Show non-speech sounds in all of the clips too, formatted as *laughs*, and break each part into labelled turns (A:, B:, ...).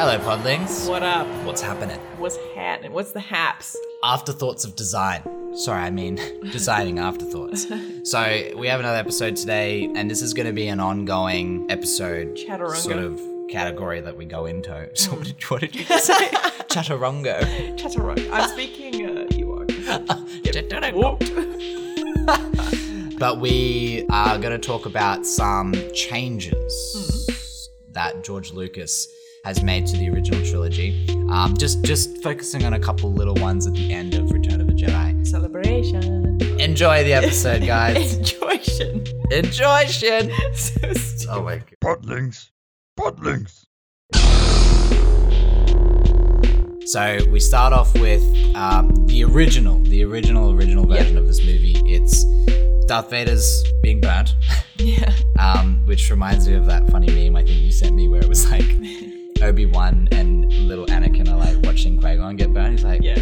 A: Hello, Podlings.
B: What up?
A: What's happening?
B: What's happening? What's the haps?
A: Afterthoughts of design. Sorry, I mean *laughs* designing afterthoughts. So we have another episode today, and this is going to be an ongoing episode,
B: Chaturanga.
A: sort of category that we go into. *laughs* So what did, what did you just say? Chaturanga.
B: Chaturanga. I'm speaking uh, Ewok.
A: But we are going to talk about some changes that George Lucas has made to the original trilogy. Um, just just focusing on a couple little ones at the end of Return of the Jedi.
B: *laughs* Celebration.
A: Enjoy the
B: *laughs*
A: episode, guys.
B: Enjoytion.
A: Enjoy, shit.
B: *laughs* So st-
A: Oh my god.
C: Podlings. Podlings.
A: So we start off with um, the original, the original, original version of this movie. It's Darth Vader's being burnt,
B: *laughs* yeah.
A: um, which reminds me of that funny meme I think you sent me where it was
B: *laughs*
A: like Obi Wan and little Anakin are like watching Qui Gon get burned. He's like,
B: Yeah.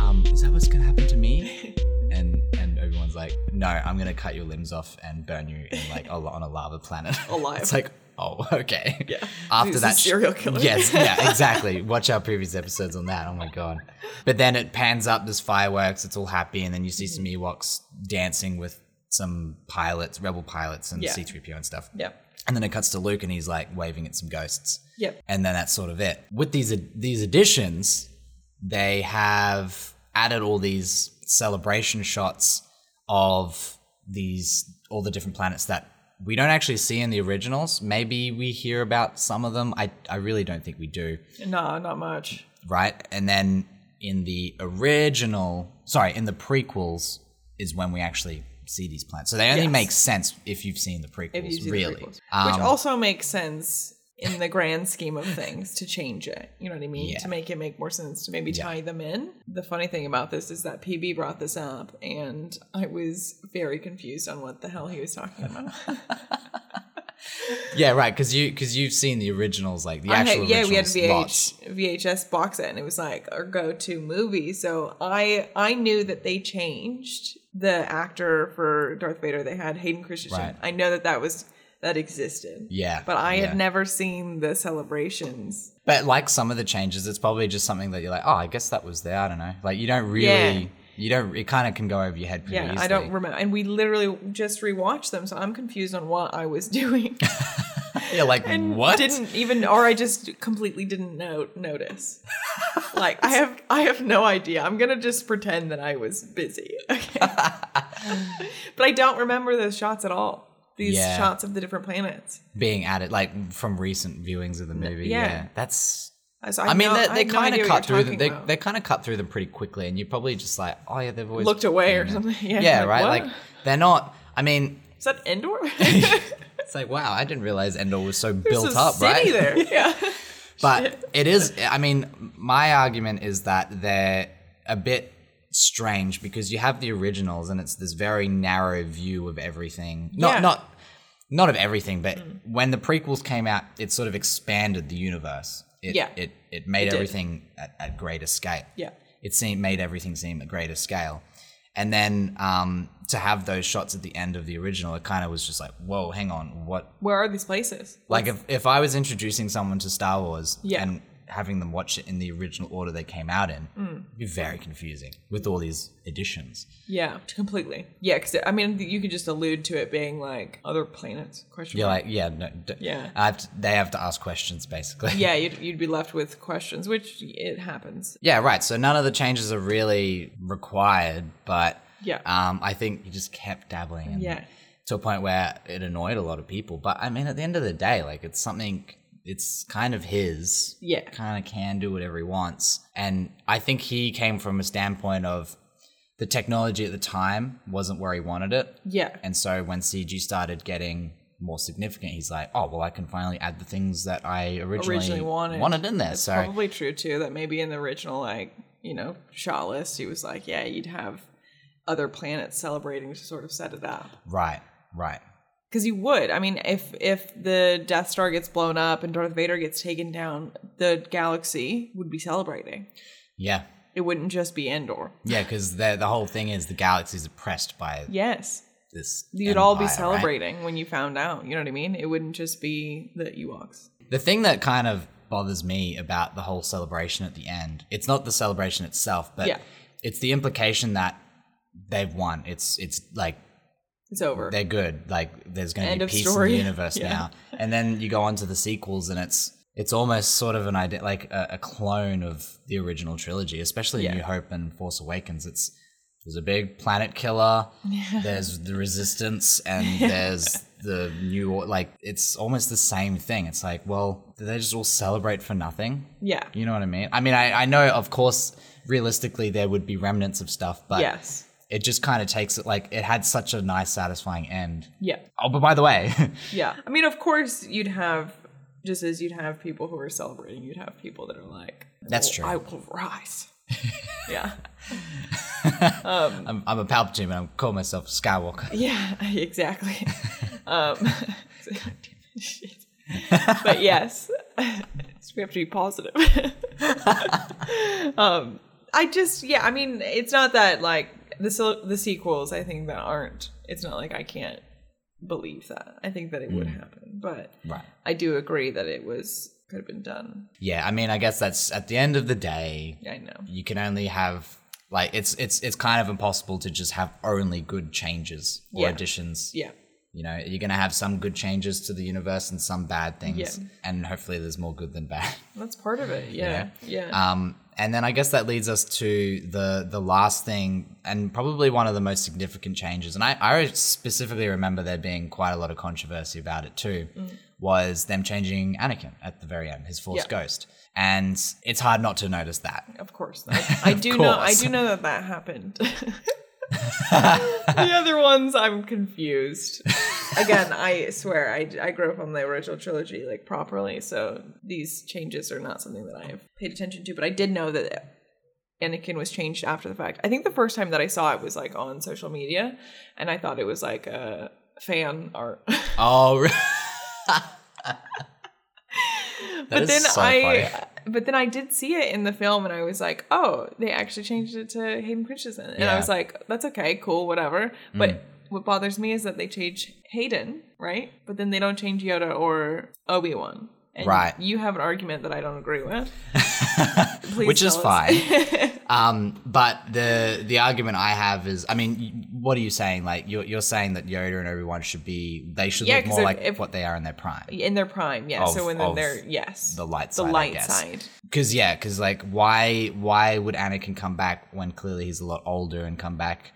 A: um, is that what's gonna happen to
B: *laughs*
A: me? And and Obi Wan's like, no, I'm gonna cut your limbs off and burn you in like a, on a lava planet.
B: *laughs* Alive.
A: it's like, oh, okay.
B: *laughs* Yeah.
A: *laughs* After
B: He's a
A: that sh-
B: serial killer.
A: Yes,
B: *laughs*
A: yeah, exactly. Watch our previous episodes on that. Oh my god. But then it pans up, there's fireworks, it's all happy, and then you see some
B: Mm-hmm.
A: Ewoks dancing with some pilots, rebel pilots and
B: Yeah.
A: C3PO and stuff.
B: Yep.
A: And then it cuts to Luke and he's like waving at some ghosts
B: Yep.
A: and then that's sort of it. With these these additions, they have added all these celebration shots of these all the different planets that we don't actually see in the originals. Maybe we hear about some of them. I I really don't think we do,
B: No, not much.
A: right? And then in the original, sorry, in the prequels is when we actually see these planets. So they only
B: Yes.
A: make sense if you've seen the prequels,
B: If you see the
A: really.
B: prequels.
A: Um,
B: Which also makes sense in the grand scheme of things to change it. You know what I mean?
A: Yeah.
B: To make it make more sense, to maybe tie them in. The funny thing about this is that PB brought this up and I was very confused on what the hell he was talking about.
A: yeah, right, because you because you've seen the originals, like the
B: I had-
A: actual
B: yeah, we had
A: originals
B: VH,
A: lots.
B: VHS box set, and it was like our go-to movie. So I I knew that they changed the actor for Darth Vader. They had Hayden Christensen.
A: Right.
B: I know that that was that existed.
A: Yeah.
B: but I
A: yeah.
B: had never seen the celebrations.
A: But like some of the changes, it's probably just something that you're like, oh, I guess that was there. I don't know. Like you don't really,
B: Yeah.
A: you don't. It kind of can go over your head pretty
B: Yeah,
A: easily.
B: I don't remember. And we literally just rewatched them, so I'm confused on what I was *laughs* doing.
A: You're like,
B: and
A: what?
B: Didn't even, or I just completely didn't no-
A: *laughs*
B: notice. like I have, I have no idea. I'm gonna just pretend that I was busy. *laughs*
A: *laughs*
B: Okay. but I don't remember those shots at all. These
A: Yeah.
B: shots of the different planets.
A: being added like from recent viewings of the movie. Yeah,
B: yeah.
A: that's.
B: So
A: I, mean,
B: know-
A: they,
B: I
A: they
B: had no
A: kind
B: idea
A: of
B: what
A: cut
B: you're
A: through them.
B: talking
A: They,
B: about.
A: they kind of cut through them pretty quickly, and you're probably just like, oh yeah, they've always
B: looked away or
A: been there."
B: something. *laughs* Yeah,
A: Yeah,
B: like,
A: right.
B: what?
A: Like they're not. I mean,
B: is that
A: *laughs*
B: indoor?
A: it's like wow, I didn't realize Endor was so
B: There's
A: built
B: a
A: up, right?
B: city
A: *laughs*
B: there. Yeah.
A: But it is, I mean, my argument is that they're a bit strange because you have the originals and it's this very narrow view of everything. Not,
B: Yeah. Mm.
A: not, not of everything, but when the prequels came out, it sort of expanded the universe. It,
B: Yeah.
A: It, it made
B: did.
A: everything at, at greater scale.
B: Yeah.
A: It seemed, made everything seem at greater scale. And then um, to have those shots at the end of the original, it kind of was just like, whoa, hang on, what,
B: Where are these places?
A: like if, if I was introducing someone to Star Wars
B: Yeah.
A: and having them watch it in the original order they came out in,
B: Mm.
A: it'd be very confusing with all these additions.
B: Yeah, completely. Yeah, because I mean, you could just allude to it being like other planets. Question.
A: You're
B: mark.
A: like, yeah, no, d-
B: Yeah.
A: I have to, they have to ask questions basically.
B: yeah, you'd, you'd be left with questions, which it happens.
A: *laughs* Yeah, right. So none of the changes are really required, but
B: Yeah.
A: um, I think he just kept dabbling in
B: Yeah.
A: to a point where it annoyed a lot of people. But I mean, at the end of the day, like it's something, it's kind of his.
B: Yeah.
A: Kind of can do whatever he wants. And I think he came from a standpoint of the technology at the time wasn't where he wanted it.
B: Yeah.
A: And so when CG started getting more significant, he's like, oh, well, I can finally add the things that I originally,
B: Originally wanted.
A: in there. so
B: Probably true too that maybe in the original, like you know, shot list, he was like, yeah, you'd have other planets celebrating to sort of set it up.
A: right, right.
B: Because you would. I mean, if if the Death Star gets blown up and Darth Vader gets taken down, the galaxy would be celebrating.
A: Yeah.
B: It wouldn't just be Endor.
A: Yeah, because the the whole thing is the galaxy's oppressed by
B: Yes.
A: this.
B: You'd all be
A: empire, right?
B: celebrating when you found out. You know what I mean? It wouldn't just be the Ewoks.
A: The thing that kind of bothers me about the whole celebration at the end. It's not the celebration itself, but
B: Yeah.
A: it's the implication that they've won. It's it's like
B: It's over.
A: they're good. Like there's going
B: End
A: to be
B: of
A: peace
B: story. *laughs*
A: in the universe
B: Yeah.
A: now. And then you go on to the sequels, and it's it's almost sort of an idea like a, a clone of the original trilogy, especially
B: Yeah.
A: New Hope and Force Awakens. It's there's a big planet killer. There's the
B: *laughs*
A: Resistance, and there's the new Or- like it's almost the same thing. It's like, well, did they just all celebrate for nothing?
B: yeah.
A: You know what I mean? I mean, I, I know, of course, realistically, there would be remnants of stuff, but
B: yes.
A: it just kind of takes it like it had such a nice satisfying end
B: Yeah.
A: oh but by the way *laughs*
B: Yeah. I mean, of course, you'd have, just as you'd have people who are celebrating, you'd have people that are like,
A: That's
B: "Oh,
A: true.
B: I will
A: *laughs*
B: rise. yeah.
A: I'm, I'm a palpatine and i call myself skywalker
B: Yeah, *laughs* exactly. um, *laughs* shit. but yes, *laughs* so we have to be positive. *laughs* um, I just, yeah, I mean, it's not that like the se- the sequels. I think that aren't. It's not like I can't believe that. I think that it would happen, but
A: right
B: I do agree that it was could have been done.
A: yeah i mean i guess that's at the end of the day
B: I know.
A: you can only have like it's it's it's kind of impossible to just have only good changes or
B: Yeah.
A: additions
B: Yeah,
A: you know you're gonna have some good changes to the universe and some bad things
B: Yeah.
A: and hopefully there's more good than bad
B: that's part of it. Yeah, yeah,
A: Um, and then I guess that leads us to the the last thing, and probably one of the most significant changes. And I, I specifically remember there being quite a lot of controversy about it too. Was them changing Anakin at the very end, his Force
B: Mm. Yeah.
A: Ghost, and it's hard not to notice that.
B: Of course. I, I do know. I
A: course.
B: do know that that happened. the other ones, I'm confused. Again, I swear, I, I grew up on the original trilogy like properly, so these changes are not something that I have paid attention to. But I did know that Anakin was changed after the fact. I think the first time that I saw it was like on social media, and I thought it was like a fan art. *laughs*
A: Oh, *laughs* re-
B: but
A: is
B: then
A: so
B: I, but then I did see it in the film, and I was like, oh, they actually changed it to Hayden Christensen, and I
A: Yeah. Hmm.
B: was like, that's okay, cool, whatever. But what bothers me is that they change Hayden, right? But then they don't change Yoda or Obi Wan. And
A: Right.
B: You have an argument that I don't agree
A: *laughs*
B: with. Please
A: which is
B: tell us.
A: fine. um, but the the argument I have is, I mean, y- what are you saying? Like you're you're saying that Yoda and everyone should be they should
B: Yeah,
A: look
B: 'cause
A: more
B: if-
A: like
B: if-
A: what they are in their prime.
B: *laughs* in their prime, yeah.
A: Of-
B: so when
A: of
B: they're yes,
A: the light
B: the
A: side, I
B: light
A: guess.
B: side,
A: Cause yeah, cause like why why would Anakin come back when clearly he's a lot older and come back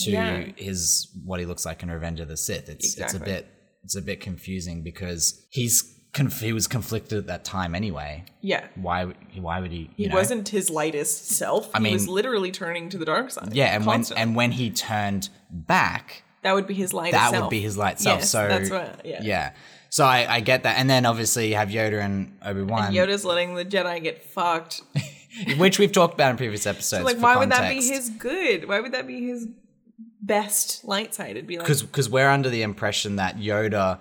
A: to
B: Yeah.
A: his what he looks like in Revenge of the Sith? It's it's a
B: Exactly.
A: bit it's a bit confusing because he's conf- he was conflicted at that time anyway.
B: yeah.
A: Why would why would he?
B: He
A: you know?
B: wasn't his lightest self.
A: I
B: he was
A: mean-
B: literally turning to the dark side.
A: Yeah, and
B: constantly.
A: when and when he turned back,
B: that would be his lightest.
A: that
B: self.
A: would be his light self.
B: Yes,
A: so
B: that's what- yeah.
A: So I, I get that, and then obviously you have Yoda and Obi Wan,
B: Yoda's letting the Jedi get fucked.
A: which we've talked about in previous episodes.
B: like,
A: for
B: why would that be
A: context.
B: his good? Why would that be his best light side? It'd be like,
A: because because we're under the impression that Yoda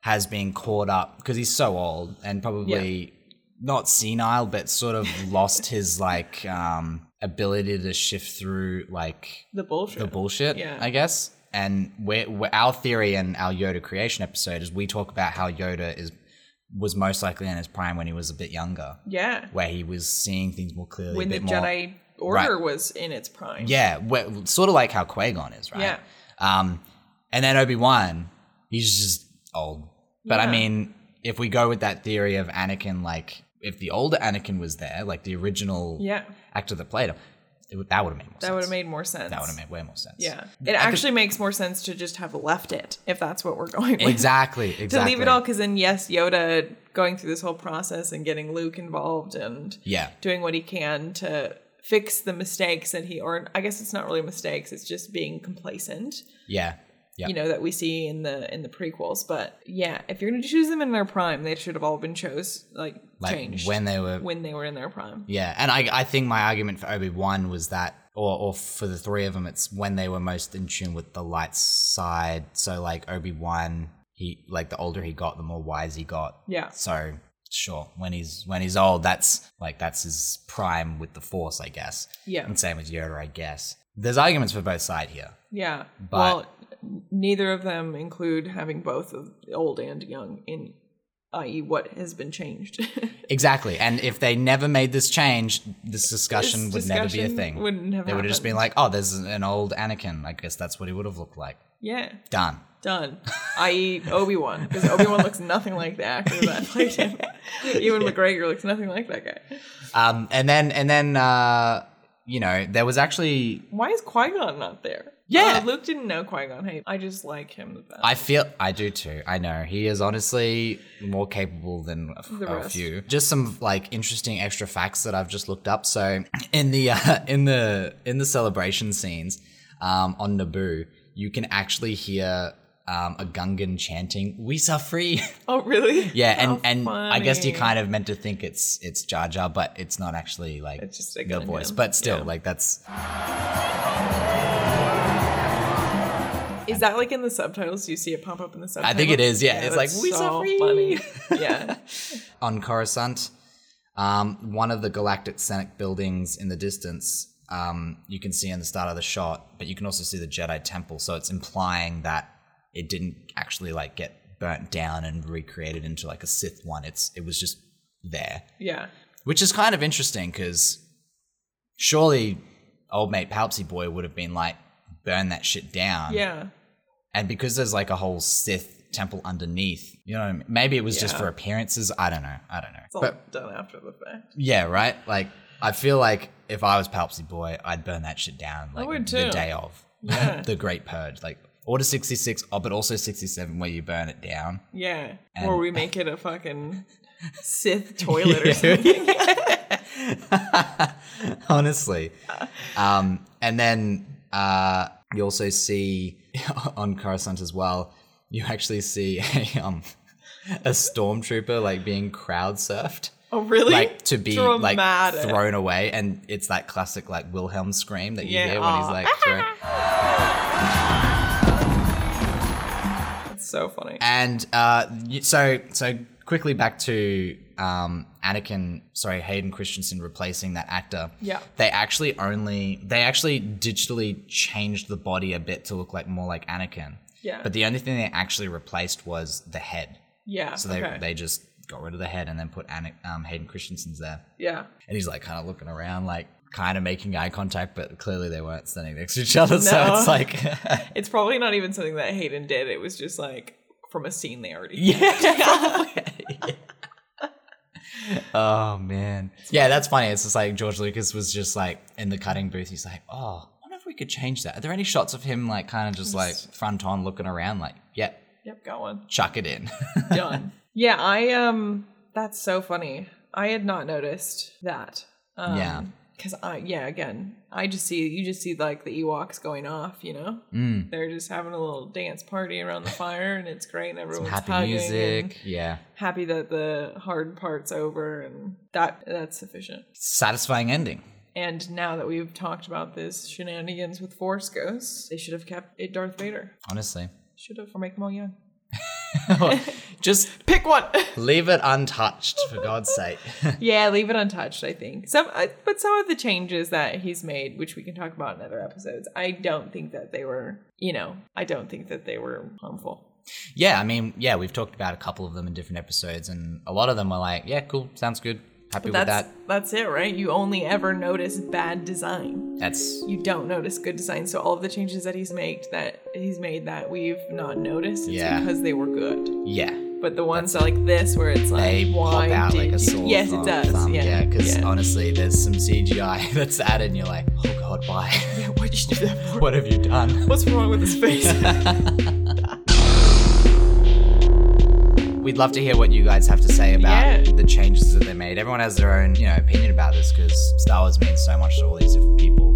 A: has been caught up because he's so old and probably not senile, but sort of lost his like um, ability to shift through like
B: the bullshit.
A: the bullshit.
B: Yeah.
A: I guess. And we're, we're, our theory and our Yoda creation episode is we talk about how Yoda is was most likely in his prime when he was a bit younger,
B: yeah,
A: where he was seeing things more clearly.
B: when
A: a
B: the
A: bit more,
B: Jedi Order was in its prime.
A: yeah, we- sort of like how Qui Gon is, right?
B: Yeah.
A: Um, and then Obi Wan, he's just old. But I
B: Yeah.
A: mean, if we go with that theory of Anakin, like if the older Anakin was there, like the original
B: Yeah.
A: actor that played him, it would, that would have made more
B: that
A: sense.
B: would have made more sense.
A: that would have made way more sense.
B: Yeah, it actually makes more sense to just have left it if that's what we're *laughs* going with.
A: Exactly.
B: To
A: Exactly.
B: leave it all, because then yes, Yoda going through this whole process and getting Luke involved and
A: Yeah.
B: doing what he can to fix the mistakes that he or I guess it's not really mistakes, it's just being complacent,
A: Yeah. Yeah.
B: you know, that we see in the in the prequels. But yeah, if you're gonna choose them in their prime, they should have all been chose like,
A: like
B: changed
A: when they were.
B: when they were in their prime.
A: yeah. And I, I think my argument for Obi Wan was that, or, or for the three of them, it's when they were most in tune with the light side. So like Obi Wan, he like the older he got, the more wise he got.
B: Yeah.
A: So sure, when he's when he's old, that's like that's his prime with the Force, I guess.
B: Yeah.
A: And same with Yoda, I guess. There's arguments for both side here.
B: Yeah.
A: But-
B: well, neither of them include having both of old and young in i.e., what has been changed. *laughs*
A: Exactly. And if they never made this change, this discussion
B: This
A: would never be a
B: discussion
A: thing.
B: wouldn't have
A: they would have just been like, oh, there's an old Anakin. I guess that's what he would have looked like.
B: yeah,
A: Done.
B: done. E I.e., Obi Wan, because Obi Wan looks nothing like the actor
A: *laughs*
B: that played *laughs* him. Ewan McGregor looks nothing like that guy.
A: Um, and then, and then, uh, you know, there was actually.
B: Why is Qui Gon not there?
A: Yeah.
B: Uh, Luke didn't know Qui Gon. Hey, I just like him the best.
A: I feel I do too. I know he is honestly more capable than a, f-
B: The
A: a
B: rest.
A: few. Just some like interesting extra facts that I've just looked up. So in the uh, *laughs* in the in the celebration scenes um, on Naboo, you can actually hear um, a Gungan chanting "We are free."
B: oh, really?
A: *laughs* Yeah, and
B: How
A: and I guess you
B: funny.
A: kind of meant to think it's it's Jar Jar, but it's not actually like
B: It's just a
A: the
B: Gungan,
A: voice. But still,
B: yeah.
A: like that's
B: Is that like in the subtitles? Do you see it pop up in the subtitles?
A: think it is, yeah. It's
B: that's
A: like, "We so
B: funny.
A: free." *laughs*
B: yeah.
A: on Coruscant. Um, one of the Galactic Senate buildings in the distance, um, you can see in the start of the shot, but you can also see the Jedi Temple. So it's implying that it didn't actually like get burnt down and recreated into like a Sith one. It's it was just there,
B: Yeah.
A: which is kind of interesting because surely old mate Palpsy boy would have been like burn that shit down.
B: Yeah.
A: And because there's like a whole Sith temple underneath, you know, what I mean? maybe it was just
B: Yeah.
A: for appearances. I don't know. I don't know.
B: It's all
A: But
B: done after the fact.
A: yeah, right. Like I feel like if I was Palpsy boy, I'd burn that shit down like
B: would
A: the
B: too.
A: day of *laughs*
B: Yeah.
A: the Great Purge, like Order sixty six, oh, but also sixty seven, where you burn it
B: *laughs*
A: down.
B: Yeah.
A: And-
B: or we make it a fucking
A: *laughs*
B: Sith toilet
A: Yeah.
B: or something.
A: *laughs* Honestly, um, and then uh, you also see *laughs* on Coruscant as well. You actually see a, um, a stormtrooper like being crowd surfed.
B: Oh, really?
A: like to be
B: Dramatic.
A: like thrown away, and it's that classic like Wilhelm scream that you
B: Yeah, Ah.
A: hear when he's
B: aw.
A: like, thrown.
B: That's so funny.
A: and uh, you- so so quickly back to um, Anakin, sorry, Hayden Christensen replacing that actor.
B: Yeah.
A: they actually only they actually digitally changed the body a bit to look like more like Anakin.
B: Yeah.
A: but the only thing they actually replaced was the head.
B: Yeah.
A: So they
B: okay.
A: they just got rid of the head and then put Ana- um, Hayden Christensen's there.
B: yeah.
A: And he's like kind of looking around, like kind of making eye contact, but clearly they weren't standing next to each other. *laughs* So
B: No.
A: it's like,
B: It's probably not even something that Hayden did. It was just like from a scene they already.
A: *laughs* yeah. oh man, yeah, that's funny. It's just like George Lucas was just like in the cutting booth. He's like, oh, I wonder if we could change that. Are there any shots of him like kind of just like front on looking around, like, yep,
B: Yep, got one.
A: chuck it in. *laughs*
B: Done. yeah, I um that's so funny. I had not noticed that. Um,
A: Yeah.
B: Cause I yeah, again, I just see you just see like the Ewoks going off, you know?
A: Mm.
B: They're just having a little dance party around the fire and it's great and everyone's
A: Happy
B: hugging and
A: music, yeah.
B: happy that the hard part's over and that that's sufficient.
A: Satisfying ending.
B: And now that we've talked about this shenanigans with Force Ghosts, they should have kept it Darth Vader. *laughs*
A: Honestly, *laughs*
B: Should have or make them all young.
A: just *laughs*
B: Pick one.
A: leave it untouched for God's sake.
B: *laughs* Yeah, leave it untouched. I think some, I, but some of the changes that he's made, which we can talk about in other episodes, I don't think that they were, you know, I don't think that they were harmful.
A: Yeah, I mean, yeah, we've talked about a couple of them in different episodes, and a lot of them were like, yeah, cool, sounds good, happy with
B: That's
A: that.
B: that's it, right? You only ever notice bad design.
A: That's
B: You don't notice good design. So all of the changes that he's made that he's made that we've not noticed, it's
A: Yeah.
B: because they were good.
A: yeah,
B: But the ones that like this, where it's like,
A: they
B: why
A: pop out
B: did
A: like
B: you-
A: a sore
B: Yes,
A: thumb-
B: it does.
A: thumb,
B: yeah,
A: yeah, because
B: yeah.
A: honestly, there's some CGI *laughs* that's added, and you're like, oh god, why?
B: yeah, why did you
A: *laughs*
B: do that? For?
A: what have you done?
B: What's wrong with his face?
A: *laughs* We'd love to hear what you guys have to say about
B: Yeah.
A: the changes that they made. Everyone has their own, you know, opinion about this because Star Wars means so much to all these different people.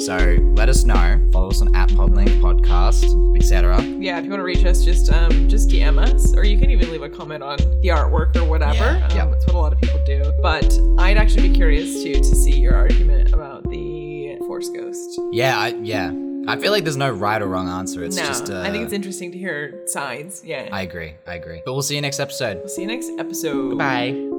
A: So let us know. Follow us on at Podlink Podcast, etc.
B: yeah, if you want to reach us, just um, just DM us, or you can even leave a comment on the artwork or whatever.
A: Yeah,
B: um,
A: yeah.
B: that's what a lot of people do. But I'd actually be curious too to see your argument about the Force Ghost.
A: Yeah, I, yeah. I feel like there's no right or wrong answer. It's
B: no,
A: just. Uh,
B: I think it's interesting to hear sides. Yeah,
A: I agree. I agree. But we'll see you next episode.
B: we'll see you next episode.
A: Bye.